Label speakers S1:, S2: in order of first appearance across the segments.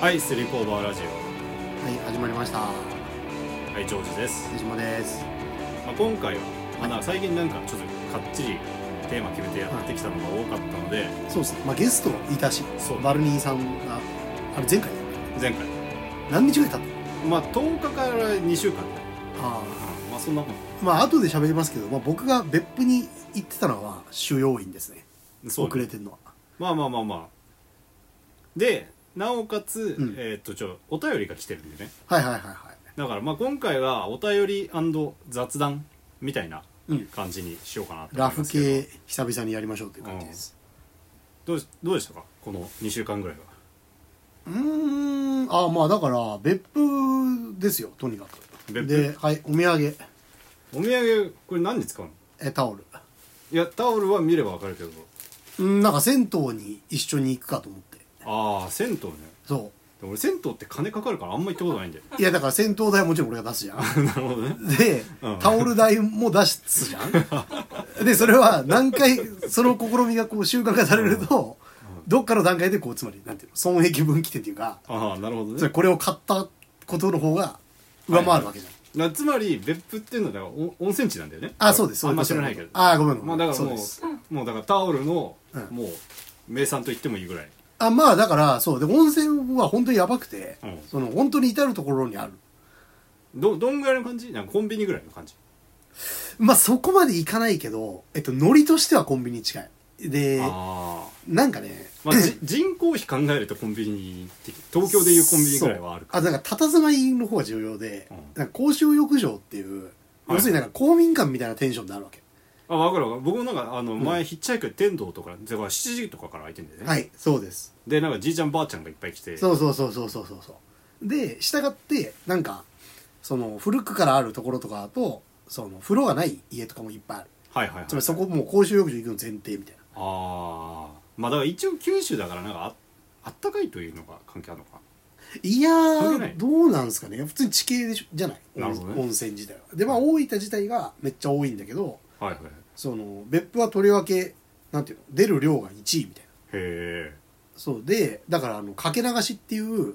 S1: はい、スリーコーバーラジ
S2: はい、始まりました。
S1: オ、はい、ジョージです。
S2: 手島です。
S1: まあ、今回は、まあな最近なんかちょっとかっちりテーマ決めてやってきたのが多かったので、
S2: そうですね。まあゲストいたし、
S1: そう
S2: バルニーさんが、あれ前回
S1: 前回、
S2: 何日ぐらい経った
S1: まあ、10日から2週間、
S2: あ
S1: まあ、そんなも
S2: あまあ後で喋りますけど、まあ僕が別府に行ってたのは主要員ですね。
S1: ん、そう
S2: 遅れてるのは。
S1: まあまあまあまあ。で、なおかつ、
S2: うん
S1: えーっと、ちょ、お便りが来てるんでね。
S2: はいはいはいはい。
S1: だから、まあ、今回はお便り雑談みたいな
S2: うん
S1: 感じにしようかなと
S2: ラ
S1: 思いま
S2: フ
S1: すけど。
S2: 系久々にやりましょうという感じです。
S1: どうしどうでしたかこの2週間ぐらいは。
S2: うーん、ああまあだから別府ですよ、とにかく。
S1: 別府
S2: で、はい、お土産、
S1: お土産、これ何に使うの
S2: えタオル。
S1: いや、タオルは見ればわかるけど。
S2: うん、なんか銭湯に一緒に行くかと思って。
S1: ああ、銭湯ね。
S2: そう。
S1: でも俺、銭湯って金かかるからあんま行ったことないん だよ。
S2: いやだから戦闘代はもちろん俺が出すじゃん
S1: なるほどね。
S2: で、
S1: うん
S2: タオル代も出すじゃんでそれは何回その試みがこう習慣化されると、どっかの段階でこうつまりなんていうの損益分岐点っていうか
S1: ああ、なるほど
S2: つまり
S1: ね。
S2: これを買ったことの方が上回るわけじゃん、
S1: なつまり、別府っていうのはだからお温泉地なんだよね。
S2: あそうですそう
S1: あ
S2: です
S1: んま知らないけど。
S2: あーごめんご
S1: ま
S2: め
S1: あ
S2: ん、
S1: だから
S2: そう
S1: も
S2: です
S1: う、もうだからタオルの
S2: うん、
S1: もう、名産と言ってもいいぐらい。
S2: あまあだからそうで温泉は本当にやばくて、
S1: うん
S2: その本当に至るところにある
S1: ど、どんぐらいの感じなんかコンビニぐらいの感じ。
S2: まあそこまで行かないけどえっとノリとしてはコンビニ近いで
S1: ああ。
S2: なんかね
S1: まあ、 じ人口比考えるとコンビニ的、東京でいうコンビニぐらいはあるか。
S2: そうあだから佇まいの方が重要で、
S1: うん
S2: なんか公衆浴場っていう、
S1: はい
S2: 要するになんか公民館みたいなテンションになるわけ、
S1: あ、わかるわかる。僕もなんか、あの、前、ヒッチハイクで天童とか、だから7時とかから開いてんだよね。
S2: はいそうです、
S1: で、なんかじいちゃんばあちゃんがいっぱい来て。
S2: そうそうそうそうそうそうそうで従ってなんかその古くからあるところとかだとその風呂がない家とかもいっぱいある
S1: はいはいはい。
S2: つまりそこもう公衆浴場行くの前提みたいな
S1: ああまあだから一応九州だからなんかああったかいというのが関係あるのか
S2: いや
S1: 関係ない
S2: ーどうなんですかね普通に地形でしょじゃない
S1: なるほどね
S2: 温泉自体はでまあ大分自体がめっちゃ多いんだけど
S1: なはいはいへ
S2: その別府はとりわけなんていうの出る量が1位みたいな
S1: え
S2: そうでだからあのかけ流しっていう
S1: うん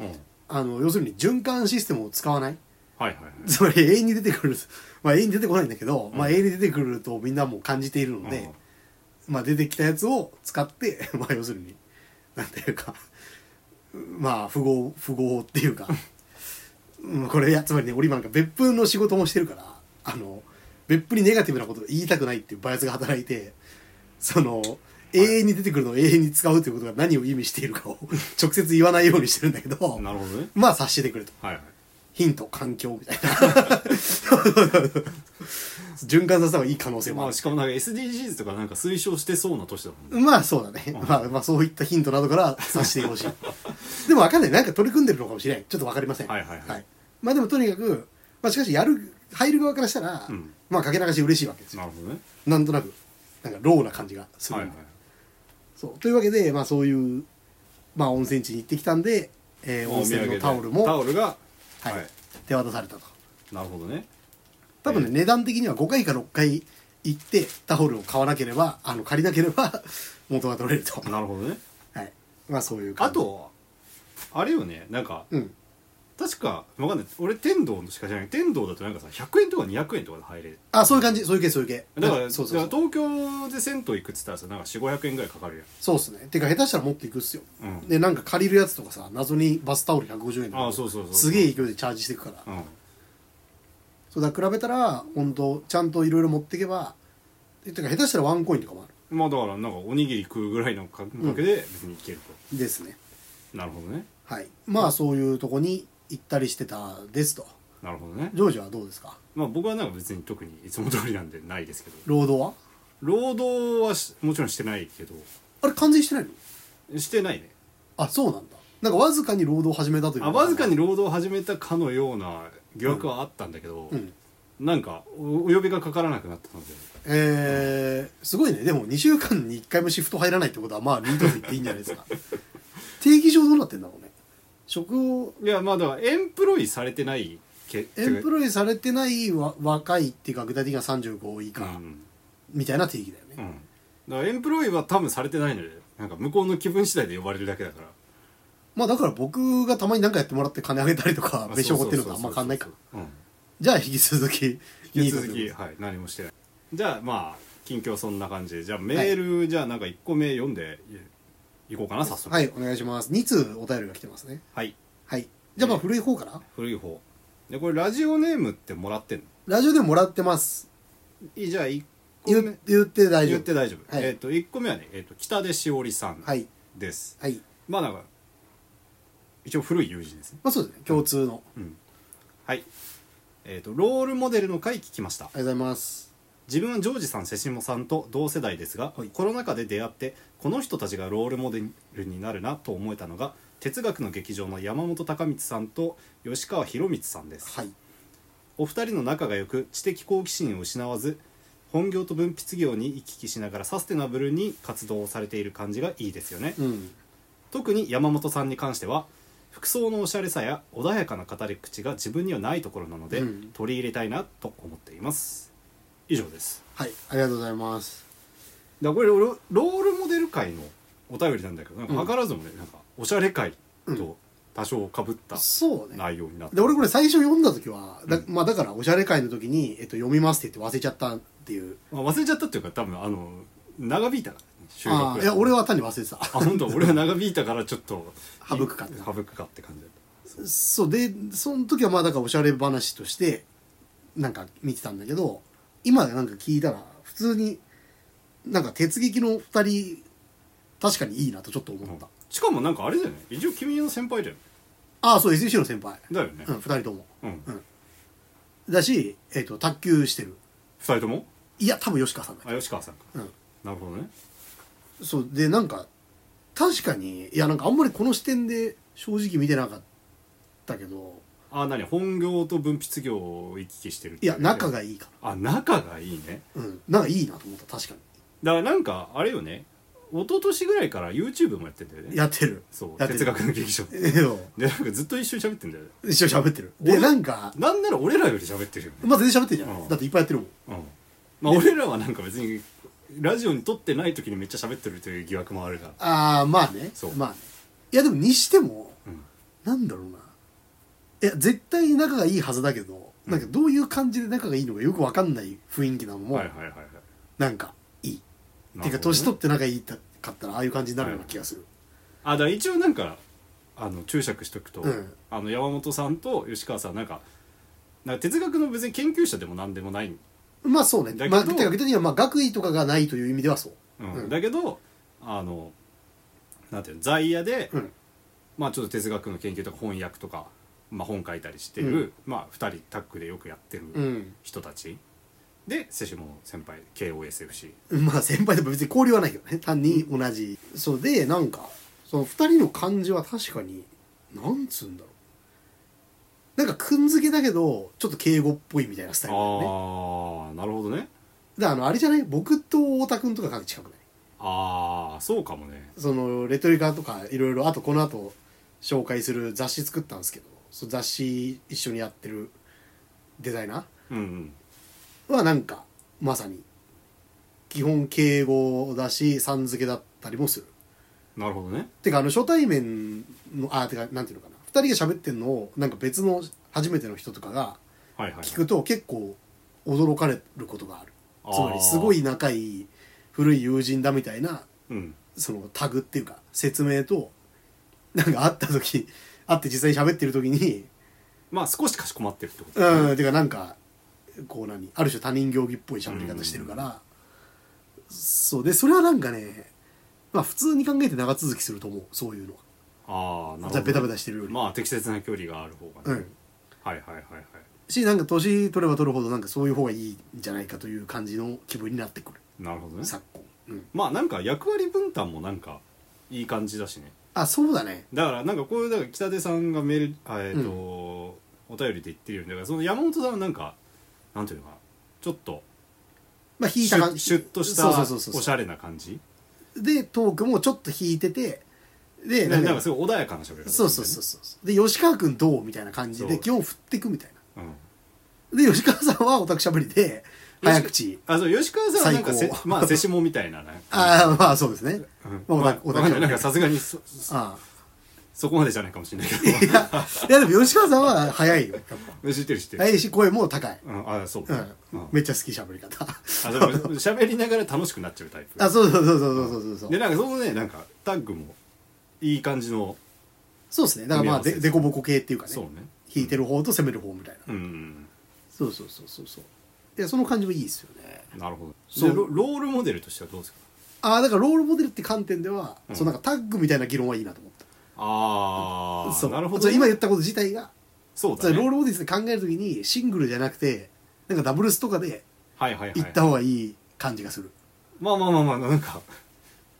S1: はい
S2: あの要するに循環システムを使わない
S1: はいはい
S2: つまり永遠に出てくるまあ永遠に出てこないんだけど、まあ永遠に出てくるとみんなもう感じているの で、まあ出てきたやつを使って まあ要するになんていうかまあ符号符号っていうか、 うん、これやつまりね俺今なんか別府の仕事もしてるからあの別府にネガティブなことを言いたくないっていうバイアスが働いてその永遠に出てくるのを永遠に使うということが何を意味しているかを 直接言わないようにしてるんだけ
S1: う
S2: ど
S1: んなるほどね
S2: まあ察しててくれと
S1: はいはい
S2: ヒント環境みたいな 循環させた方がいい可能性も
S1: ま
S2: あ
S1: あ
S2: るし
S1: しかもなんか SDGs とかなんか推奨してそうな年だもんね
S2: まあそうだね、まあ、まあそういったヒントなどから察してほしいでも分かんないなんか取り組んでるのかもしれないちょっと分かりません
S1: はいはいはい
S2: まあでもとにかく、まあ、しかしやる入る側からしたら、
S1: うん
S2: まあかけ流し嬉しいわけですよ
S1: なるほどね
S2: なんとなくなんかローな感じがする
S1: はい
S2: ん
S1: は
S2: で、
S1: い
S2: そうというわけで、まあ、そういう、まあ、温泉地に行ってきたんで、えー温泉のタオルも、
S1: タオルが
S2: はい
S1: はい
S2: 手渡されたと
S1: なるほどね
S2: 多分ね、値段的には5回か6回行ってタオルを買わなければあの借りなければ元が取れると、
S1: なるほどね
S2: はい、まあそういう感
S1: あ
S2: じ
S1: とあれよねなんか
S2: うん
S1: 確かわかんない俺天童のしか知らない天童だとなんかさ100円とか200円とかで入れる
S2: あそういう感じそういう系そういう系
S1: だから
S2: そうそうそ
S1: だ
S2: う
S1: から東京で銭湯行くっつったらさなんか4500円ぐらいかかるやん
S2: そうっすねてか下手したら持っていくっすよ、
S1: うん
S2: でなんか借りるやつとかさ謎にバスタオル150円とか
S1: あそうそうそう
S2: すげえ勢いでチャージしていくから、
S1: うん
S2: そうだから比べたら本当ちゃんといろいろ持っていけばてか下手したらワンコインとかもあ
S1: まあだからなんかおにぎり食うぐらいの感覚で別にいけると、
S2: るですね
S1: なるほどね
S2: はいまあそういうとこに行ったりしてたですと
S1: なるほどね
S2: ジョージはどうですか
S1: まあ僕はなんか別に特にいつも通りなんでないですけど
S2: 労働は
S1: 労働はしもちろんしてないけど
S2: あれ完全してないの
S1: してないね
S2: あそうなんだなんかわずかに労働を始めたという
S1: あわずか
S2: に
S1: に労働を始めたかのような疑惑はあったんだけど、
S2: うん
S1: なんかおお呼びがかからなくなったので
S2: えー、すごいねでも2週間に1回もシフト入らないってことはまあミートフィっていいんじゃないですか 定期上どうなってんだろうね職を
S1: いやまあだからエンプロイされてないけ
S2: エンプ
S1: ロ
S2: ロイされてないわ若いっていうか具体的には35以
S1: イう
S2: 下
S1: ん、
S2: みたいな定義だよね、
S1: うん、だからエンプロイは多分されてないのでなんか向こうの気分次第で呼ばれるだけだから
S2: まあだから僕がたまに何かやってもらって金あげたりとか飯おごってるのとあんま変わんないから
S1: ら
S2: じゃあ引き続き
S1: 引き続
S2: いい
S1: き
S2: こと
S1: はい何もしてないじゃあまあ近況そんな感じでじゃあメールじゃあなんか1個目読んでいいこうかな早速
S2: はいお願いします2通お便りが来てますね
S1: はい
S2: はいじゃあまあ
S1: えー
S2: 古い方から
S1: 古い方でこれラジオネームってもらってんの
S2: ラジオでももらってます
S1: いいじゃあ1個目
S2: 言言って大丈
S1: 言っ
S2: 夫
S1: て大丈夫、
S2: はい
S1: えっ、と1個目はね、えっと北出しおりさん
S2: はい
S1: です、
S2: はい
S1: まあなんか一応古い友人ですね
S2: まあそうですね共通の
S1: うんはいえっ、とロールモデルの回聞きました
S2: ありがとうございます
S1: 自分はジョージさん瀬下さんと同世代ですが、
S2: はい
S1: コロナ禍で出会ってこの人たちがロールモデルになるなと思えたのが哲学の劇場の山本孝光さんと吉川博光さんです、
S2: はい
S1: お二人の仲が良く知的好奇心を失わず本業と文筆業に行き来しながらサステナブルに活動をされている感じがいいですよね、
S2: うん
S1: 特に山本さんに関しては服装のおしゃれさや穏やかな語り口が自分にはないところなので、
S2: うん
S1: 取り入れたいなと思っています以上です
S2: はいありがとうございます
S1: だからこれロロールモデル界のお便りなんだけどなんか図らずもね、なんかおしゃれ界と多少かぶった
S2: そうね
S1: 内容になって
S2: で
S1: る、
S2: 俺これ最初読んだ時はだ,、
S1: うん
S2: まあ、だからおしゃれ会の時に、えっと、読みますって言って忘れちゃったっていう
S1: まあ忘れちゃったっていうか多分あの長引いたから、ね、収録
S2: あ
S1: が
S2: あいや俺は単に忘れてた
S1: あ本当俺は長引いたからちょっと
S2: 省くかって
S1: 省くかって感じだった
S2: そうでその時はまあだからおしゃれ話としてなんか見てたんだけど今なんか聞いたら普通になんか鉄撃の2人確かにいいなとちょっと思った、
S1: しかもなんかあれだよね一応君の先輩だよね
S2: ああそう SEC の先輩、
S1: だよね
S2: うん、2人とも
S1: うん、二
S2: だし、えっと卓球してる
S1: 人とも
S2: いや多分吉川さんだ
S1: あ吉川さんか
S2: うん
S1: なるほどね
S2: そうでなんか確かにいやなんかあんまりこの視点で正直見てなかったけど
S1: あ何本業と文筆業を行き来してるって
S2: いや仲
S1: が
S2: がいいか
S1: あ仲がいいね
S2: らうんなんかいいなと思った確か
S1: だからなんかあれよね一昨年ぐらいから YouTube もやってんだよね
S2: にやってる
S1: そう
S2: やってる
S1: 哲学の劇場で
S2: ええよ
S1: なんかずっと一緒に喋ってんだよね
S2: 一緒に喋ってる
S1: 俺
S2: でなんか
S1: なんなら俺らより喋ってるよね
S2: まあ全然喋ってるじゃん、
S1: うん
S2: だっていっぱいやってるもん
S1: うんまあ俺らはなんか別にラジオに撮ってない時にめっちゃ喋ってるという疑惑もあるが
S2: ああまあね
S1: そう
S2: まあねいやでもにしても
S1: うん
S2: なんだろうないや絶対に仲がいいはずだけど、
S1: うん
S2: なんかどういう感じで仲がいいのかよくわかんない雰囲気なのも、
S1: はいはいはいはい
S2: なんかいい、
S1: な
S2: て
S1: る
S2: い
S1: ほどね
S2: うか年取って仲いいかったらああいう感じになるような気がする、
S1: あだから一応なんかあの注釈しとくと、
S2: うん
S1: あの山本さんと吉川さんなんかなんか哲学の別に研究者でも何でもない、
S2: まあそうね
S1: だけど
S2: まあてか逆にはまあ学位とかがないという意味ではそう
S1: うん
S2: うん
S1: だけどあのなんていうの在野で、
S2: うん
S1: まあちょっと哲学の研究とか翻訳とか、まあ、本書いたりしてる、
S2: うん
S1: まあ、2人タッグでよくやってる
S2: うん
S1: 人たち、で瀬下先輩 KOSFC
S2: まあ先輩でも別に交流はないけどね単に同じ、そうでなんかその二人の感じは確かになんつうんだろうなんかくんづけだけどちょっと敬語っぽいみたいなスタイルだよね
S1: ああなるほどね
S2: だからあのあれじゃない僕と太田君とかかなり近くない
S1: ああそうかもね
S2: そのレトリカとかいろいろあとこの後紹介する雑誌作ったんですけどその雑誌一緒にやってるデザイナー
S1: うんうん
S2: はなんかまさに基本敬語だしさん付けだったりもする
S1: なるほどね
S2: てかあの初対面のあてかなんていうのかな2人が喋ってんのをなんか別の初めての人とかが
S1: はいはい
S2: 聞くと結構驚かれることがある
S1: あー
S2: つまりすごい仲いい古い友人だみたいな
S1: うん
S2: そのタグっていうか説明となんか会った時会って実際に喋ってる時に
S1: まあ少しかしこまってるってことだね
S2: うん、てかなんかこう何ある種他人行儀っぽい喋り方してるから、そうでそれはなんかねまあ普通に考えて長続きすると思うそういうのは
S1: ああなるほ
S2: じゃ
S1: ど
S2: あベタベタしてるより、
S1: まあ適切な距離がある方が
S2: う
S1: ね、
S2: ん
S1: はいはいはいはい
S2: しなんか年取れば取るほどなんかそういう方がいいんじゃないかという感じの気分になってくる、
S1: なるほどね
S2: 昨今、うん、
S1: まあなんか役割分担もなんかいい感じだしね
S2: あそうだね
S1: だからなんかこういうだから北出さんがメールあえっ、と、お便りで言ってるようにだからその山本さんはなんかなんていうのかなちょっと
S2: まあ引い
S1: シ
S2: た
S1: ュ
S2: 感
S1: ッ
S2: じ
S1: シュッとした
S2: そうそうそうそう
S1: おしゃれな感じ
S2: でトークもちょっと引いててで
S1: な
S2: なんん
S1: か
S2: か
S1: すごい穏やかな喋り方
S2: そうそうそうそうで吉川君どうみたいな感じで
S1: そ
S2: 今日振ってくみたいな
S1: う、うん、
S2: で吉川さんはオタクしゃべりで早口
S1: あそう吉川さんはなんかせ
S2: 最高
S1: まあ瀬下みたいなね
S2: ああまあそうですね
S1: うん
S2: まあ
S1: まあ
S2: お
S1: わ
S2: 互い
S1: かんないなんかさすがにそ
S2: ああ
S1: そこまでじゃないかもしれないけ
S2: いやいやでも吉川さんは早いよ
S1: ど知ってる知ってる、
S2: 早いし声も高い、
S1: うん、あそう、
S2: う
S1: あ
S2: ん、めっちゃ好き喋り方
S1: あでも喋りながら楽しくなっちゃうタイプ
S2: あそうそうそうそうそうそうそう
S1: でなんかそのねなんかタッグもいい感じの、
S2: そうですねだからまあ
S1: 組み合わせ
S2: ででこぼこ系っていうかね
S1: そうね
S2: 引いてる方と攻める方みたいな
S1: うん
S2: そうそうそうそうそういやその感じもいいですよね
S1: なるほど
S2: そう
S1: でロロールモデルとしてはどうですか
S2: ああだからロールモデルって観点では、
S1: うん
S2: そうなんかタッグみたいな議論はいいなと思った
S1: ああ
S2: そう
S1: なるほ
S2: そ
S1: ど
S2: う
S1: ね、
S2: 今言ったこと自体が
S1: そう
S2: そ
S1: だ、
S2: う
S1: ね、
S2: ロールモデルで考えるときにシングルじゃなくてなんかダブルスとかで
S1: はいはいはい
S2: 行った方がいい感じがする、
S1: まあまあまあまあなんか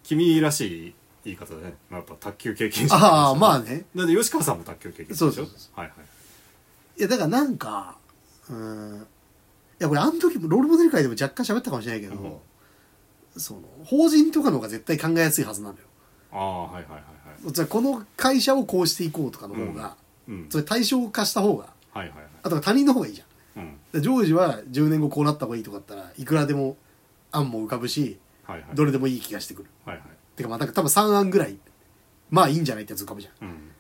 S1: 君らしい言い方だねまあやっぱ卓球経験者
S2: ああまあね
S1: だって吉川さんも卓球経験者でしょ
S2: そうそうそ
S1: はいはい
S2: いやだからなんかうーんいやこれあの時もロールモデル界でも若干喋ったかもしれないけど、
S1: うん
S2: その法人とかの方が絶対考えやすいはずなのよ
S1: ああはいはいはいはい
S2: つまりこの会社をこうしていこうとかの方が、
S1: うん
S2: それ対象化した方が
S1: はいはいはい
S2: あとは他人の方がいいじゃん
S1: うん
S2: でジョージは10年後こうなった方がいいとかだったらいくらでも案も浮かぶし
S1: はいはい
S2: どれでもいい気がしてくる、
S1: はいはい
S2: てかまあなんか多分3案ぐらいまあいいんじゃないってやつ浮かぶじゃんだか
S1: うん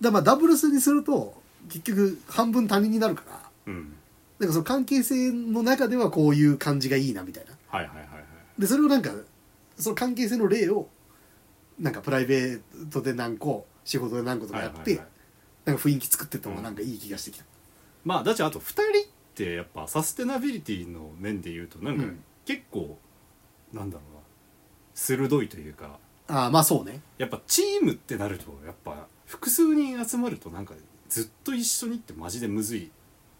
S2: らまあダブルスにすると結局半分他人になるから
S1: うん
S2: なんかその関係性の中ではこういう感じがいいなみたいな
S1: はいはいはいはい
S2: でそれをなんかその関係性の例をなんかプライベートで何個仕事で何個とかやって、
S1: はいはいはい
S2: なんか雰囲気作ってった方がなんかいい気がしてきた、
S1: まあだってあと2人ってやっぱサステナビリティの面で言うとなんか
S2: うん
S1: 結構、なんだろうな鋭いというか
S2: ああまあそうね
S1: やっぱチームってなるとやっぱ複数人集まるとなんかずっと一緒にってマジでむずい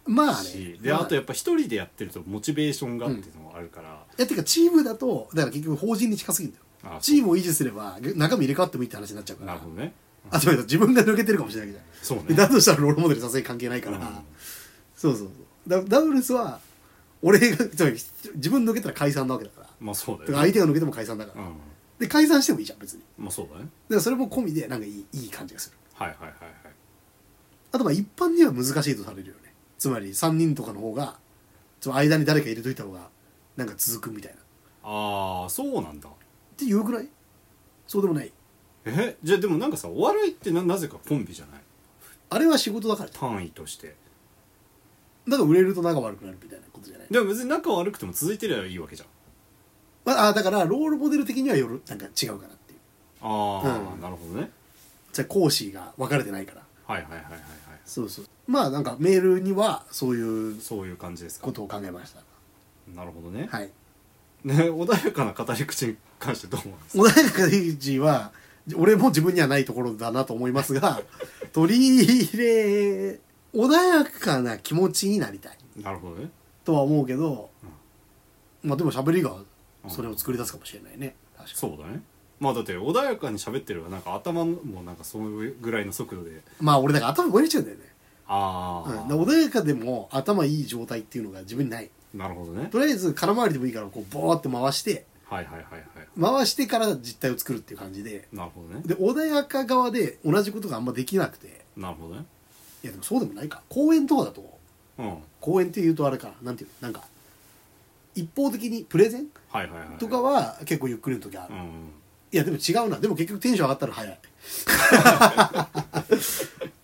S2: まあね
S1: しで
S2: ま
S1: あとやっぱ一人でやってるとモチベーションがっていうのもあるから、
S2: いやてかチームだとだから結局法人に近すぎるんだよ
S1: あ
S2: チームを維持すれば中身入れ替わってもいいって話になっちゃうか
S1: なる
S2: ら
S1: ほどね
S2: あと自分が抜けてるかもしれないわけじ
S1: そうね
S2: ゃん、だとしたらロールモデルさすがに関係ないから、
S1: うん
S2: そうそうそうダダブルスは俺がつまり自分抜けたら解散なわけだから
S1: まあそうだ
S2: だか
S1: よ
S2: ら
S1: ね
S2: 相手が抜けても解散だか
S1: う
S2: ら、
S1: ん
S2: で解散してもいいじゃん別にだ
S1: まあそうだね
S2: からそれも込みでなんかいいいい感じがする
S1: はいはいはいはい
S2: あとまあ一般には難しいとされるよねつまり3人とかの方がつまり間に誰か入れといた方がなんか続くみたいなっ
S1: ああそうなんだ
S2: ていうぐらいそうでもない
S1: えじゃあでもなんかさお笑いってななぜかコンビじゃない
S2: あれは仕事だから
S1: 単位として
S2: だから売れると仲悪くなるみたいなことじゃない
S1: でも別に仲悪くても続いてりゃいいわけじゃん
S2: まあ、あだからロールモデル的にはよるなんか違うかなっていう
S1: ああ、
S2: うん
S1: なるほどね
S2: じゃあ講師が分かれてないから
S1: はいはいはいはいはい
S2: そうそうまあなんかメールにはそういう
S1: そういう感じですか
S2: ことを考えました
S1: なるほどね、
S2: はい
S1: ね穏やかな語り口に関してどう思います
S2: 穏やかでジは俺も自分にはないところだなと思います が取り入れ穏やかな気持ちになりたい
S1: なるほどね
S2: とは思うけど、まあでも喋りがそれを作り出すかもしれないね、確かに
S1: そうだねまあだって穏やかに喋ってればなんか頭もなんかそのぐらいの速度で
S2: まあ俺だから頭超えちゃうんだよね、
S1: あ
S2: うん、だか
S1: あ、
S2: ら穏やかでも頭いい状態っていうのが自分にない
S1: なるほどね
S2: とりあえず空回りでもいいからこうボーって回して
S1: はいはいはいはい
S2: 回してから実態を作るっていう感じで
S1: なるほどね
S2: で穏やか側で同じことがあんまできなくて
S1: なるほどね
S2: いやでもそうでもないか公演とかだと
S1: うん
S2: 公演っていうとあれかなんていうのなんか一方的にプレゼン
S1: はいはいはい
S2: とかは結構ゆっくりの時あ
S1: う
S2: る、
S1: ん
S2: い
S1: うん
S2: やでも違うなでも結局テンション上がったら 早い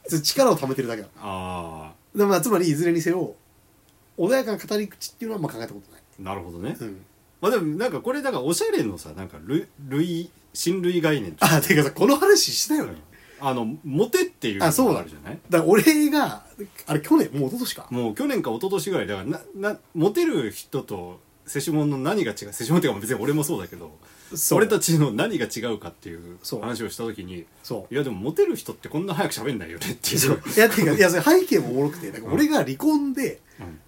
S2: つ力を貯めてるだけだ
S1: あ
S2: でまあつまりいずれにせよ穏やかな語り口っていうのはあんま考えたことない、
S1: あなるほどね、
S2: うん、
S1: まあでもなんかこれだからおしゃれのさなんか類類親類概念と
S2: あていうかさこの話したよ
S1: う
S2: ね、
S1: んあのモテっていうの
S2: あそう
S1: が
S2: だ
S1: あるじゃない
S2: だから俺があれ去年もう一昨年か
S1: もう去年か一昨年ぐらいだからななモテる人とセシモンの何が違うセシモンっていうか別に俺もそうだけど
S2: そう
S1: 俺たちの何が違うかっていう
S2: そう
S1: 話をした時に
S2: そう
S1: いやでもモテる人ってこんな早く喋んないよねっていう
S2: いやていうかいやそれ背景もおもろくてなんか
S1: うん
S2: 俺が離婚で、
S1: うん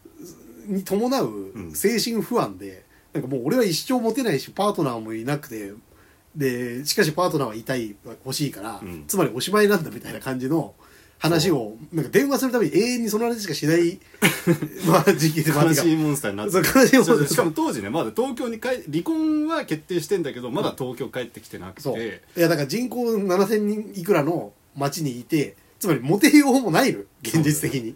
S2: に伴
S1: ん
S2: う精神不安で、なんかもう俺は一生モテないしパートナーもいなくてでしかしパートナーはいたい欲しいから、
S1: うん
S2: つまりおしまいなんだみたいな感じの話をなんか電話するたびに永遠にその話しかしない まあ時期でもある
S1: 悲
S2: が
S1: しいモンスターになって
S2: そう悲しいモンスター
S1: そうしかも当時ねまだ東京に帰離婚は決定してんだけどまだ東京帰ってきてなく
S2: そう
S1: て
S2: いやだから人口7000人いくらの町にいてつまりモテようもないの現実的に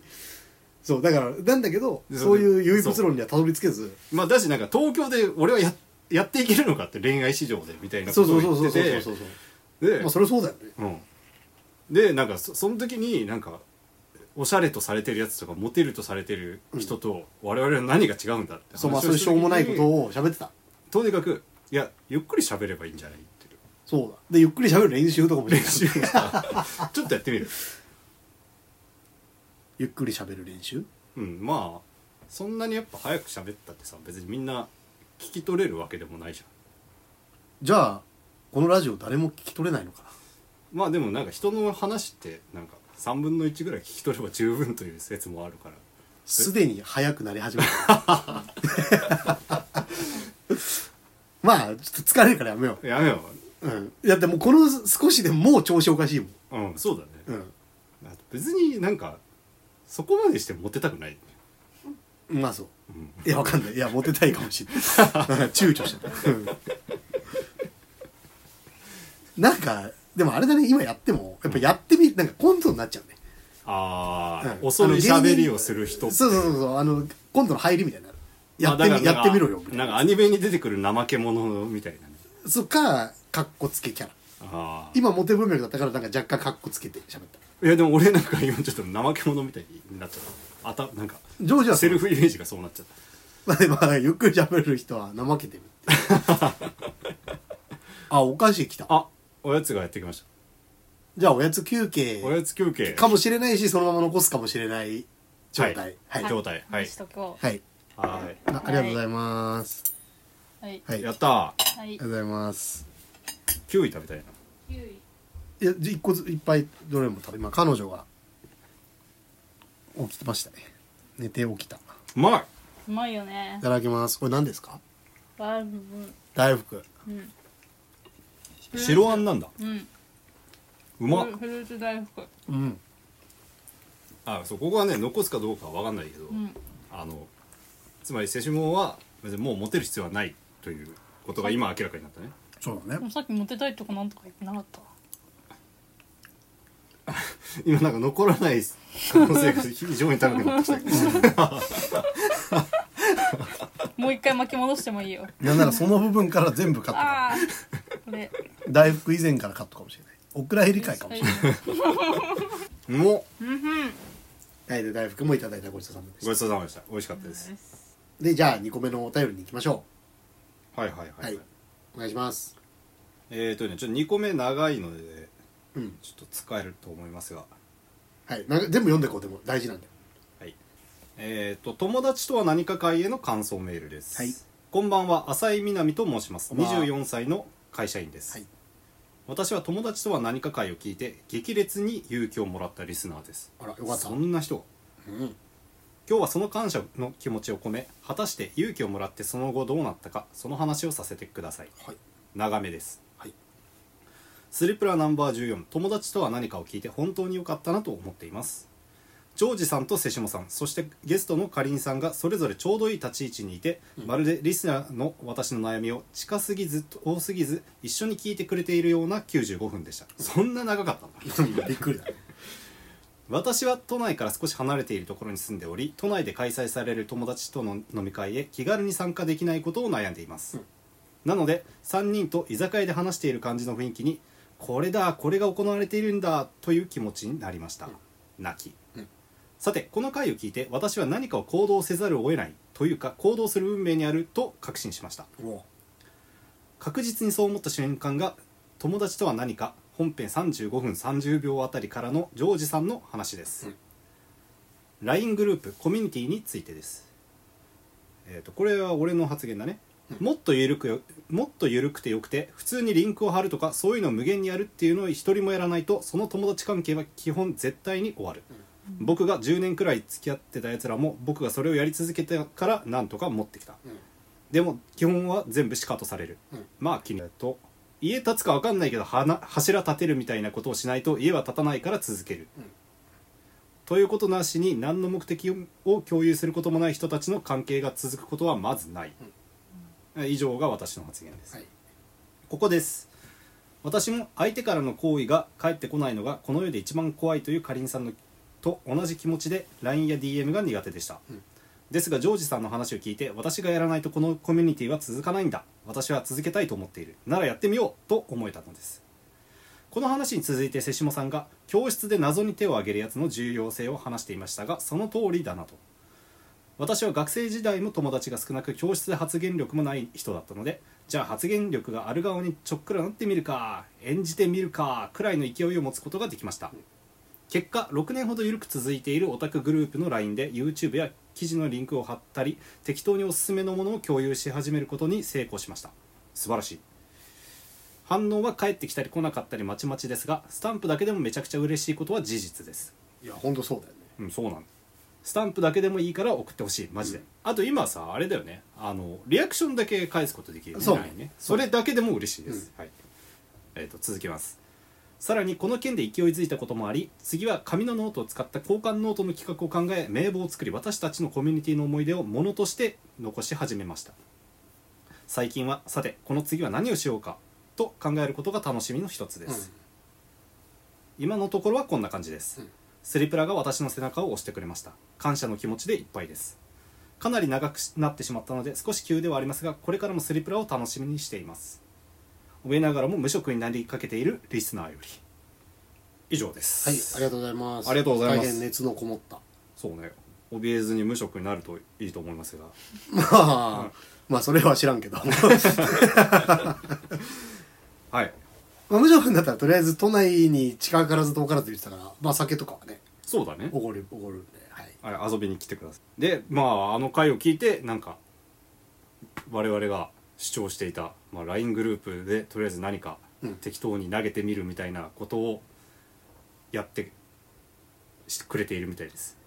S2: そうだからなんだけど
S1: で
S2: そういう唯物論にはたどり着けず
S1: まあだしなんか東京で俺はややっていけるのかって恋愛市場でみたいな
S2: そ
S1: こと
S2: うそ
S1: を
S2: うそう
S1: 言
S2: そ
S1: って
S2: うそうそうそう
S1: てで
S2: まあそれそうだよね
S1: うんでなんかそその時になんかおしゃれとされてるやつとかモテるとされてる人と我々は何が違うんだって
S2: そうま
S1: 話
S2: あそう
S1: を
S2: い
S1: た
S2: うし
S1: 時
S2: ょう
S1: に
S2: もないことを喋ってた
S1: とにかくいやゆっくり喋ればいいんじゃないって いう
S2: そうだでゆっくり喋る練習とかもして
S1: 練
S2: た
S1: 習をさちょっとやってみる
S2: ゆっくり喋る練習
S1: うんまあそんなにやっぱ早く喋ったってさ別にみんな聞き取れるわけでもないじゃん
S2: じゃあこのラジオ誰も聞き取れないのかな
S1: まあでもなんか人の話ってなんか3分の1ぐらい聞き取れば十分という説もあるから
S2: すでに早くなり始めた まあちょっと疲れるからやめよ
S1: やめよ
S2: う、うん、だってもうこの少しでもう調子おかしいもん、
S1: ううんそうだね、
S2: う
S1: あと別になんかそこまでしてモテたくない、
S2: ん、まあそう
S1: うん、
S2: いやわかんないいやモテたいか もしれない躊躇してた、うんなんかでもあれだね今やってもやっぱやってみなんかコントになっちゃうね
S1: ああ、
S2: うん
S1: 恐る喋りをする人
S2: そうそうそうそうあのコントの入りみたいになるやってみ、
S1: まあだから
S2: やってみろよみたい
S1: なん
S2: な
S1: かアニメに出てくる怠け者みたいなね
S2: そっかかっこつけキャラ
S1: ああ
S2: 今モテ文脈だったからなんか若干かっこつけて喋った
S1: いやでも俺なんか今ちょっと怠け者みたいになっちゃったあたなんか
S2: ジョージは
S1: セルフイメージがそうなっちゃっ
S2: まあでもゆっくり喋る人は怠け てるっていうあお菓子来た
S1: たあおやつがやってきまし
S2: じゃあおやつ休憩
S1: たおやつ休憩
S2: かもしれないしそのまま残すかもしれない状態
S1: はい
S2: はい
S1: 状態はい
S3: しとこう
S2: はい
S1: は
S2: あありがとうございます。
S3: はい
S2: はいい、
S1: や
S2: あ
S1: ったー
S3: はい
S2: りがとうございます。
S1: キウイ食べたいない
S3: ゆい
S2: いや、じゃあ一個ずいっぱいどれも食べ、今彼女が起きてましたね。寝て起きた。いう
S1: まいう
S3: まいよね
S2: ただきます。これ何ですか
S3: バーム
S2: 大福。
S3: うん
S1: 白あんなんだ
S3: うん
S1: うまっ
S3: フルフルーツ大福
S2: うん。
S1: あそうここはね残すかどうかは分かんないけど、
S3: うん
S1: あのつまりセシモンは別にもうモテる必要はないということが今明らかになったね
S2: そうだ
S3: で
S2: ね。
S3: もさっきモテたいとこなんとか言ってなかった
S1: 今なんか残らない可能性が非常に高くなってきたけど
S3: もう一回巻き戻してもいいよ
S2: なんならその部分から全部カットか
S3: ああ これ
S2: も。大福以前からカットかもしれない。お蔵入り会かもしれない。
S1: うまっ
S3: うんうん
S2: はい、で大福もいただいたごちそうさまで
S1: ご
S2: し
S1: ちそうさまでした美味しかったです
S2: た。で、じゃあ2個目のお便りに行きましょ
S1: はいはいはい、はい
S2: はいお願いします。
S1: えーとねちょっと2個目長いので
S2: うん。
S1: ちょっと使えると思いますが
S2: はい。なんか全部読んでこうでも大事なんだよ。
S1: はい。えっ、と友達とは何か会への感想メールです。
S2: はい
S1: こんばんは浅井みなみと申します。
S2: こんばんは
S1: 24歳の会社員です。
S2: はい
S1: 私は友達とは何か会を聞いて激烈に勇気をもらったリスナーです。
S2: あら、よかった。
S1: そんな人が
S2: うん。
S1: 今日はその感謝の気持ちを込め果たして勇気をもらってその後どうなったかその話をさせてください
S2: はい。
S1: 長めです、
S2: はい、
S1: スリプラナンバー14友達とは何かを聞いて本当に良かったなと思っていますジョージさんと瀬下さんそしてゲストのかりんさんがそれぞれちょうどいい立ち位置にいて、まるでリスナーの私の悩みを近すぎず遠すぎず一緒に聞いてくれているような95分でしたそんな長かったんだ
S2: びっくりだ。
S1: 私は都内から少し離れているところに住んでおり都内で開催される友達との飲み会へ気軽に参加できないことを悩んでいます、
S2: うん
S1: なので3人と居酒屋で話している感じの雰囲気にこれだこれが行われているんだという気持ちになりました、泣き、
S2: うん
S1: さてこの回を聞いて私は何かを行動せざるを得ないというか行動する運命にあると確信しました
S2: おう
S1: 確実にそう思った瞬間が友達とは何か本編35分30秒あたりからのジョージさんの話です、
S2: うん
S1: LINE グループコミュニティについてですえー、とこれは俺の発言だね、もっと緩くよもっと緩くてよくて普通にリンクを貼るとかそういうのを無限にやるっていうのを一人もやらないとその友達関係は基本絶対に終わる、僕が10年くらい付き合ってたやつらも僕がそれをやり続けてからなんとか持ってきた、
S2: うん
S1: でも基本は全部シカトされる、
S2: うん
S1: まあ気になると家建つか分かんないけどはな柱立てるみたいなことをしないと家は建たないから続ける、
S2: うん
S1: ということなしに何の目的を共有することもない人たちの関係が続くことはまずない、以上が私の発言です、
S2: はい。
S1: ここです私も相手からの好意が返ってこないのがこの世で一番怖いというかりんさんのと同じ気持ちで LINE や DM が苦手でした、
S2: ん
S1: ですがジョージさんの話を聞いて私がやらないとこのコミュニティは続かないんだ私は続けたいと思っているならやってみようと思えたのですこの話に続いて瀬下さんが教室で謎に手を挙げるやつの重要性を話していましたがその通りだなと私は学生時代も友達が少なく教室で発言力もない人だったのでじゃあ発言力がある側にちょっくらなってみるか演じてみるかくらいの勢いを持つことができました結果6年ほど緩く続いているオタクグループの LINE で YouTube や記事のリンクを貼ったり適当におすすめのものを共有し始めることに成功しました素晴らしい反応は返ってきたり来なかったりまちまちですがスタンプだけでもめちゃくちゃ嬉しいことは事実です
S2: いや本当そうだよね
S1: うんそうなんスタンプだけでもいいから送ってほしいマジで、あと今さあれだよねあのリアクションだけ返すことできるよね
S2: そう
S1: はいねそれだけでも嬉しいです、はいえー、と続けますさらにこの件で勢いづいたこともあり次は紙のノートを使った交換ノートの企画を考え名簿を作り私たちのコミュニティの思い出をものとして残し始めました最近はさてこの次は何をしようかと考えることが楽しみの一つです、今のところはこんな感じです、
S2: うん
S1: スリプラが私の背中を押してくれました感謝の気持ちでいっぱいですかなり長くなってしまったので少し急ではありますがこれからもスリプラを楽しみにしています我ながらも無職になりかけているリスナーより以上で
S2: はい
S1: す
S2: ありがとうございます
S1: ありがとうございます
S2: 大変熱のこもった
S1: そうね怯えずに無職になるといいと思いますが
S2: まあ、まあそれは知らんけど
S1: はい
S2: まあ無職になったらとりあえず都内に近からず遠からず言ってたからまあ酒とかはね
S1: そうだね
S2: おごるおごるんではい
S1: はい遊びに来てくださいでまああの回を聞いてなんか我々が主張していた、まあ、LINE グループでとりあえず何か
S2: うん
S1: 適当に投げてみるみたいなことをやってしくれているみたいです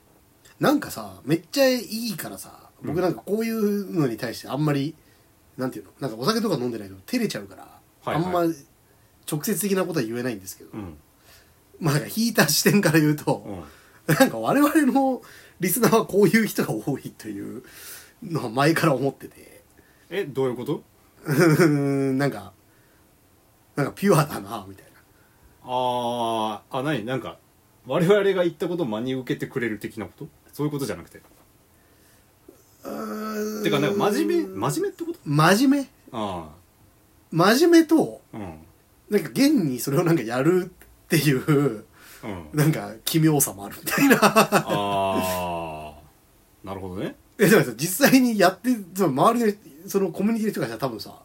S2: なんかさめっちゃいいからさ僕なんかこういうのに対してあんまりなんていうのなんかお酒とか飲んでないと照れちゃうから、
S1: はいはい
S2: あんま直接的なことは言えないんですけど、
S1: うん
S2: まあなんか引いた視点から言うと、
S1: うん
S2: なんか我々のリスナーはこういう人が多いというのは前から思ってて
S1: えどういうこと
S2: うーんなんかなんかピュアだなみたい
S1: あーあ何なんか我々が言ったことを真に受けてくれる的なことそういうことじゃなくて
S2: なうー
S1: てかなんか真面目真面目ってこと
S2: 真面
S1: あ
S2: 目真面目と
S1: あうん
S2: なんか現にそれをなんかやるっていう
S1: うん
S2: なんか奇妙さもあるみたいな
S1: ああ なるほどね
S2: えでもさ実際にやってその周りの人そのコミュニティの人がさ多分さ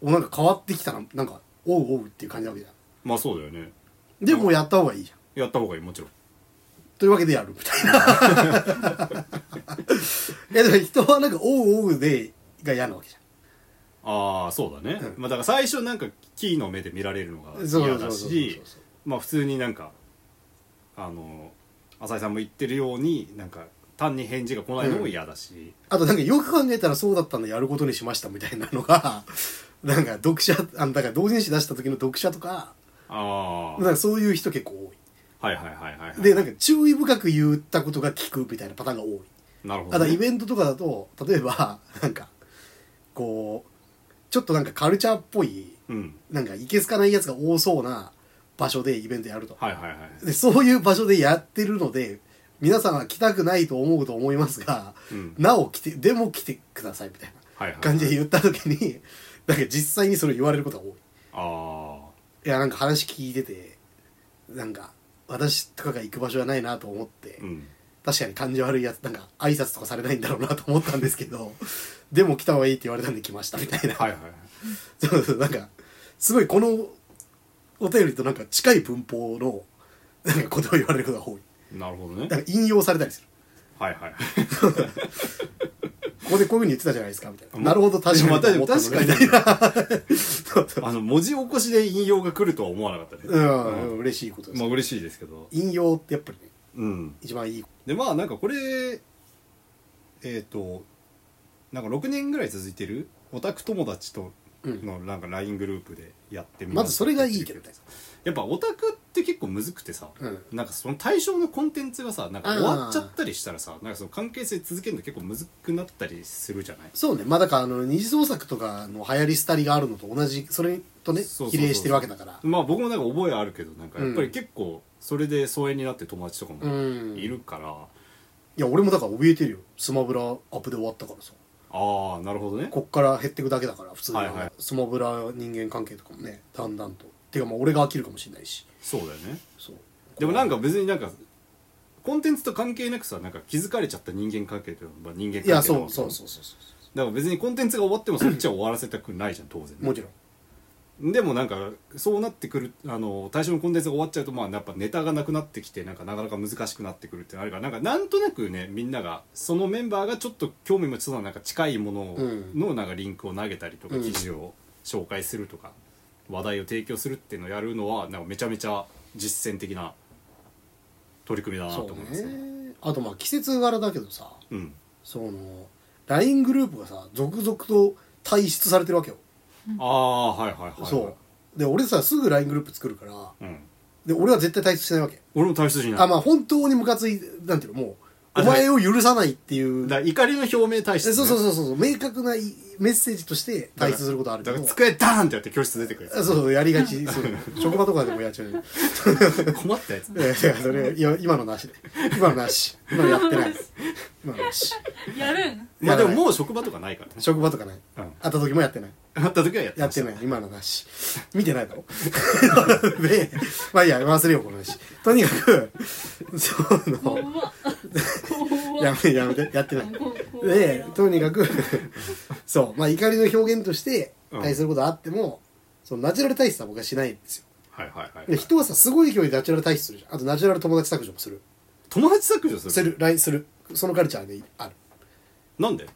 S2: おなんか変わってきたななんかおうおうっていう感じなわけじゃ
S1: まあそうだよね
S2: んでもうやった方がいいじゃん
S1: やった方がいいもちろん
S2: というわけでやるみたいな。 いやでも人はなんか、おうおうで、が嫌なわけじ
S1: ああそうだね、
S2: うん
S1: まあ、だから最初なんかキーの目で見られるのが
S2: ゃん。そうそ
S1: 嫌
S2: うそ
S1: だ
S2: うそう
S1: しまあ普通になんかあの浅井さんも言ってるようになんか単に返事が来ないのも嫌だし、
S2: あとなんかよく考えたらそうだったんでやることにしましたみたいなのが、 なんか読者、あの、だから同人誌出した時の読者とか、
S1: あ
S2: なんかそういう人結構多い。
S1: あはいはいはいはいはい
S2: で、なんか注意深く言ったことが聞くみたいなパターンが多い。
S1: なるほ
S2: あ
S1: ど、
S2: と
S1: ね、
S2: イベントとかだと、例えば、 なんか、こう、ちょっとなんかカルチャーっぽい、
S1: うん
S2: なんかいけすかないやつが多そうな場所でイベントやると。
S1: はいはいはい
S2: でそういう場所でやってるので皆さんは来たくないと思うと思いますが、
S1: うん
S2: なお来てでも来てくださいみたい
S1: はいはいは
S2: ない感じで言った時に、 なんか実際にそれ言われることが多い
S1: あ
S2: いやなんか話聞いててなんか私とかが行く場所はないなと思って、
S1: あうん
S2: 確かに感じ悪いやつなんか挨拶とかされないんだろうなと思ったんですけどでも来た方がいいって言われたんで来ましたみたいな、
S1: はいはいはい
S2: そうそうなんかすごいこのお便りとなんか近い文法のなんかことを言われることが多い
S1: なるほどね
S2: なんか引用されたりする
S1: はいはい
S2: ここでこういうふうに言ってたじゃないですかみたいな、
S1: ま
S2: なるほど確かに
S1: また
S2: 思ったのね
S1: 確かに
S2: みたいなそうそう
S1: あの文字起こしで引用が来るとは思わなかったね、
S2: うん、うん、嬉しいことです、
S1: まあ嬉しいですけど
S2: 引用ってやっぱりね
S1: うん
S2: 一番いい
S1: でまあなんかこれえっ、となんか6年ぐらい続いてるオタク友達と
S2: うん
S1: のなんか LINE グループでやってみ
S2: まずそれがいいけどね
S1: やっぱオタクって結構むずくてさ、
S2: うん
S1: なんかその対象のコンテンツがさなんか
S2: あー
S1: 終わっちゃったりしたらさなんかその関係性続けるの結構むずくなったりするじゃない
S2: そうねまあだからあの二次創作とかの流行り廃りがあるのと同じそれとね
S1: そうそうそう
S2: 比例してるわけだから
S1: まあ僕もなんか覚えあるけどなんかやっぱり結構それで疎遠になって友達とか
S2: う
S1: も
S2: ん
S1: いるから、あ
S2: いや俺もだから怯えてるよスマブラアップで終わったからさ
S1: あーなるほどね
S2: こっから減ってくだけだから普通に、
S1: はいはい
S2: スマブラ人間関係とかもねだんだんとていうかまあ俺が飽きるかもしれないし
S1: そうだよね
S2: そう
S1: でもなんか別になんかコンテンツと関係なくさなんか気づかれちゃった人間関係というか、まあ、人間関
S2: い
S1: 係
S2: や
S1: の
S2: そうそうそうそうそ
S1: だから別にコンテンツが終わってもそっちは終わらせたくないじゃん当然
S2: うもちろん
S1: でもなんかそうなってくるあの対象のコンテンツが終わっちゃうとまあやっぱネタがなくなってきてなんかなかなか難しくなってくるってのあるからなんかなんとなくねみんながそのメンバーがちょっと興味持ちそうななんか近いものを
S2: うん
S1: のなんかリンクを投げたりとか
S2: うん
S1: 記事を紹介するとか話題を提供するっていうのをやるのはなんかめちゃめちゃ実践的な取り組みだなと
S2: そ
S1: 思います
S2: う
S1: ね。
S2: ねあとまあ季節柄だけどさ
S1: うん、
S2: その LINE グループがさ続々と退出されてるわけよ、
S1: ああはいはいはいはい
S2: そうで俺さすぐ LINE グループ作るから
S1: う、ん、
S2: で俺は絶対退出しないわけ
S1: 俺も大切にない
S2: あまあ本当にムカついなんていうのもう
S1: あ
S2: お前を許さないっていう
S1: だから怒りの表明対して
S2: そうそうそうそう明確ないメッセージとして退出することあるけ
S1: だ
S2: ど
S1: から机ダーンってやって教室出てくるやつ
S2: あそうそうやりがちそう職場とかでもやっちゃうよ
S1: 困ったやつ
S2: いやいやそれいや今のなしで今のなし今のやってない今のなし
S3: やるん
S1: まあでももう職場とかないからね
S2: 職場とかない
S1: うん
S2: 会った時もやってない
S1: あった時はやって
S2: や
S1: ま
S2: っ
S1: した
S2: てない今のなし見てないだろでまあいいや忘れようこの話とにかくその
S3: 怖っ怖
S2: や
S3: っ
S2: めやめてやってない
S3: 怖っ
S2: でとにかく そうまあ怒りの表現として
S1: うん
S2: 対することはあっても、そのナチュラル体質は僕はしないんですよ
S1: はいはいはい、
S2: で人はさすごい勢いでナチュラル体質するじゃんあとナチュラル友達削除もする
S1: 友達削除する
S2: する LINE するそのカルチャーである
S1: なんで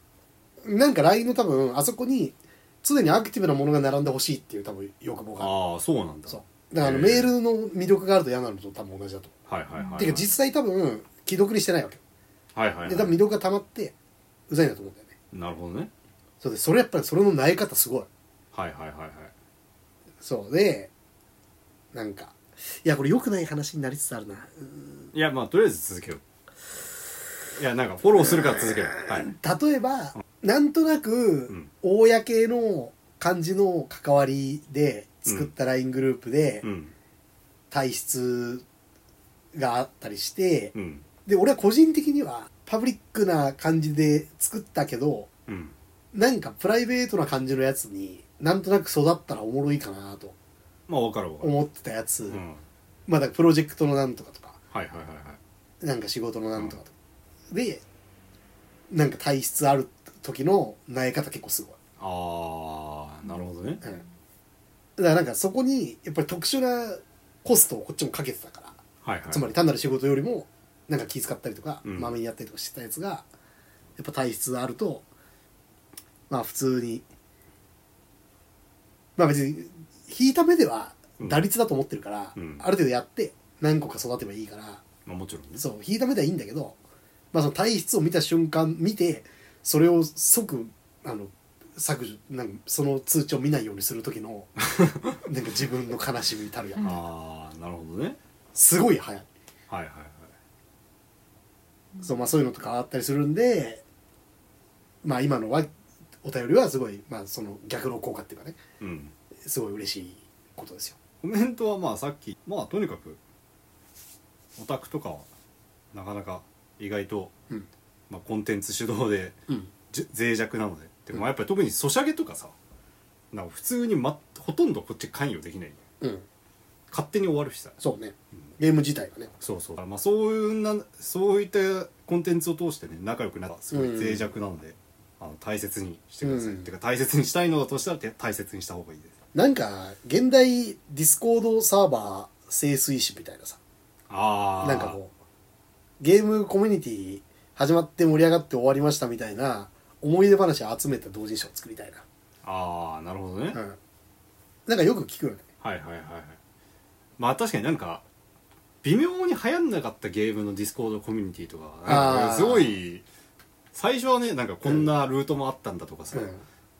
S2: なんか LINE の多分あそこに常にアクティブなものが並んでほしいっていう多分欲望がある
S1: ああそうなんだ
S2: そうだからあの
S1: へー
S2: メールの魅力があると嫌なのと多分同じだと思
S1: はいはいはい、は
S2: う
S1: い、
S2: ていうか実際多分既読にしてないわけ
S1: はいはいはい、
S2: で多分魅力が溜まってうざいんだと思うんだよね
S1: なるほどね
S2: そうでそれやっぱりそれの萎え方すごい
S1: はいはいはいはい
S2: そうでなんかいやこれ良くない話になりつつあるない
S1: やまあとりあえず続けよういやなんかフォローするから続けようはい
S2: 例えばなんとなく
S1: ん
S2: 公の感じの関わりで作った LINE グループで
S1: うん
S2: 体質があったりして
S1: うん
S2: で俺は個人的にはパブリックな感じで作ったけど
S1: うん
S2: なんかプライベートな感じのやつになんとなく育ったらおもろいかなと
S1: まあ分かる分かる
S2: 思ってたやつ、
S1: うんはい
S2: まあだからプロジェクトのなんとかとか
S1: はいはいはい
S2: なんか仕事のなんとかとか、でなんか体質ある時のなえ方結構すごい、
S1: ああなるほどね
S2: うん、だからなんかそこにやっぱり特殊なコストをこっちもかけてたから、
S1: はいはい
S2: つまり単なる仕事よりもなんか気遣ったりとか
S1: うん
S2: まめ、にやったりとかしてたやつがやっぱ体質あるとまあ普通にまあ別に引いた目では打率だと思ってるから、
S1: うん
S2: ある程度やって何個か育てばいいから、
S1: まあもちろんね
S2: そう引いた目ではいいんだけど、まあ、その体質を見た瞬間見てそれを即あの削除なんかその通知を見ないようにする時 のなんか自分の悲しみたるやん
S1: ああなるほどね
S2: すごい早い
S1: はいはいはい
S2: そう,、まあ、そういうのとかあったりするんで、まあ、今のはお便りはすごい、まあ、その逆の効果っていうかね
S1: うん
S2: すごい嬉しいことですよ。
S1: コメントはまあさっきまあとにかくオタクとかはなかなか意外と、
S2: うん
S1: まあ、コンテンツ主導で
S2: うん
S1: じゅ脆弱なのででもまあやっぱり特にソシャゲとかさなんか普通に、ま、ほとんどこっち関与できない
S2: うん、
S1: 勝手に終わるしさ
S2: そうねゲーム自体がね
S1: そうそう、まあ、そういうなそういったコンテンツを通してね仲良くなったすごい脆弱なので、あの大切にしてください、
S2: うん
S1: てか大切にしたいのだとしたらて大切にした方がいいです
S2: なんか現代ディスコードサーバー清水市みたいなさ
S1: ああ
S2: なんかこうゲームコミュニティ始まって盛り上がって終わりましたみたいな思い出話を集めた同人誌を作りたい
S1: ああなるほどね、
S2: な、うん、なんかよく聞くよね
S1: はいはいはいはいまあ確かになんか微妙に流行んなかったゲームのディスコードコミュニティとかなん
S2: あ
S1: か
S2: ー
S1: すごい最初はねなんかこんなルートもあったんだとかさ、
S2: うん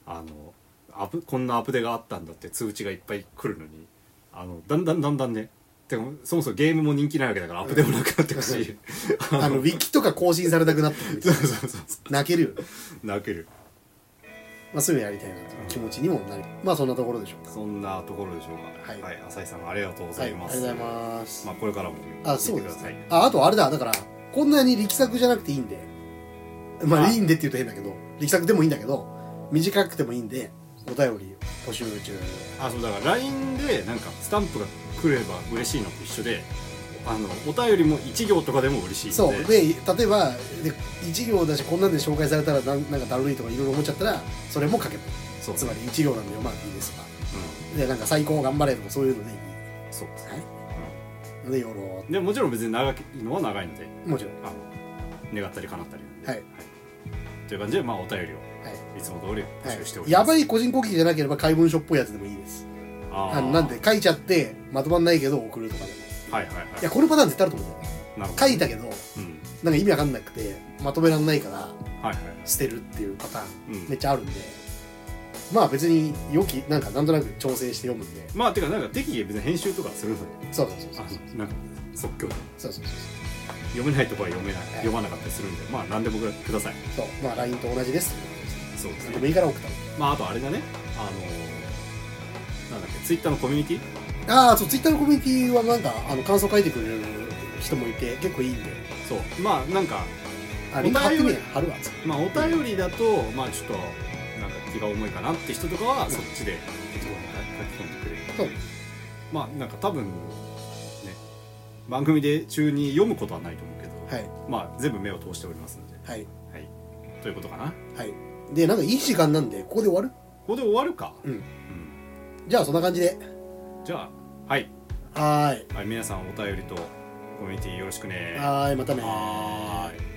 S1: あのアップこんなアップデがあったんだって通知がいっぱい来るのにあのだんだんだんだんねでもそもそもゲームも人気ないわけだからアップデもなくなってくし、
S2: あのウィキとか更新されたくなってくるみた
S1: そ
S2: いう
S1: そうそうそ
S2: な泣けるよね、
S1: う泣ける
S2: まあ、そういうのやりたいなという気持ちにもなるまあそんなところでしょうか
S1: そんなところでしょうか
S2: はい
S1: 浅井さんありがとうございます、
S2: はいありがとうございます、
S1: まあこれからも
S2: あ
S1: 聞
S2: そ
S1: いうてく
S2: で
S1: だ
S2: す
S1: さい
S2: ねああとあれだだからこんなに力作じゃなくていいんでまあ
S1: あ
S2: いいんでって言うと変だけど力作でもいいんだけど短くてもいいんでお便り募集中
S1: あそうだから LINE でなんかスタンプが来れば嬉しいのと一緒であのお便りも1行とかでも嬉しいんで
S2: そうで例えばで1行だしこんなんで紹介されたらなんなんかだるいとかいろいろ思っちゃったらそれも書けばいい
S1: そう
S2: つまり1行なんで読まなくていいですとか
S1: う
S2: でなんか最高頑張れとかそういうのでいい
S1: ん、そうですね、
S2: でよろ
S1: うんでもちろん別に長いのは長いので
S2: もちろん
S1: あの願ったり叶ったりなんで
S2: はい
S1: という感じでまあお便りを
S2: はい
S1: いつも通り募集してお
S2: は
S1: り
S2: い、や
S1: ます、
S2: ばい個人攻撃じゃなければ怪文書っぽいやつでもいいです
S1: あー
S2: あのなんで書いちゃってまとまんないけど送るとかでも
S1: はいはいはい
S2: いやこのパターン絶対あると思うよ
S1: なるほど
S2: 書いたけど
S1: うん
S2: なんか意味わかんなくてまとめらんないから
S1: はいはい
S2: 捨てるっていうパターン
S1: うん
S2: めっちゃあるんで、まあ別に良きなんかなんとなく調整して読むんで
S1: まあてかなんか適宜別に編集とかするのに
S2: そうそうそう
S1: あ
S2: そう
S1: のなんか即興で
S2: そうそうそう
S1: 読めないとこは読めない、
S2: い
S1: 読まなかったりするんでまあ何でもください
S2: そうまあ LINE と同じですってことです
S1: そうです
S2: 何
S1: ね
S2: でもいいから送った
S1: まああとあれだねあのーなんだっけツイッターのコミュニティ
S2: のああそう Twitter のコミュニティはなんかあの感想書いてくれる人もいて結構いいんで
S1: そうまあなんか
S2: あリンク貼ってみ
S1: お便
S2: る
S1: り
S2: 貼るわつ
S1: まあお便りだとまあちょっとなんか気が重いかなって人とかはそっちで書き込んでくれる
S2: そう
S1: まあなんか多分ね番組で中に読むことはないと思うけど、
S2: はい
S1: まあ全部目を通しておりますので、
S2: はい
S1: はい、ということかな
S2: はいでなんかいい時間なんでここで終わる
S1: ここで終わるか、
S2: うん
S1: う
S2: じゃあそんな感じで
S1: んじゃあはい、
S2: はーい
S1: はい、皆さんお便りとコミュニティよろしくね
S2: はーいまたねー
S1: はーい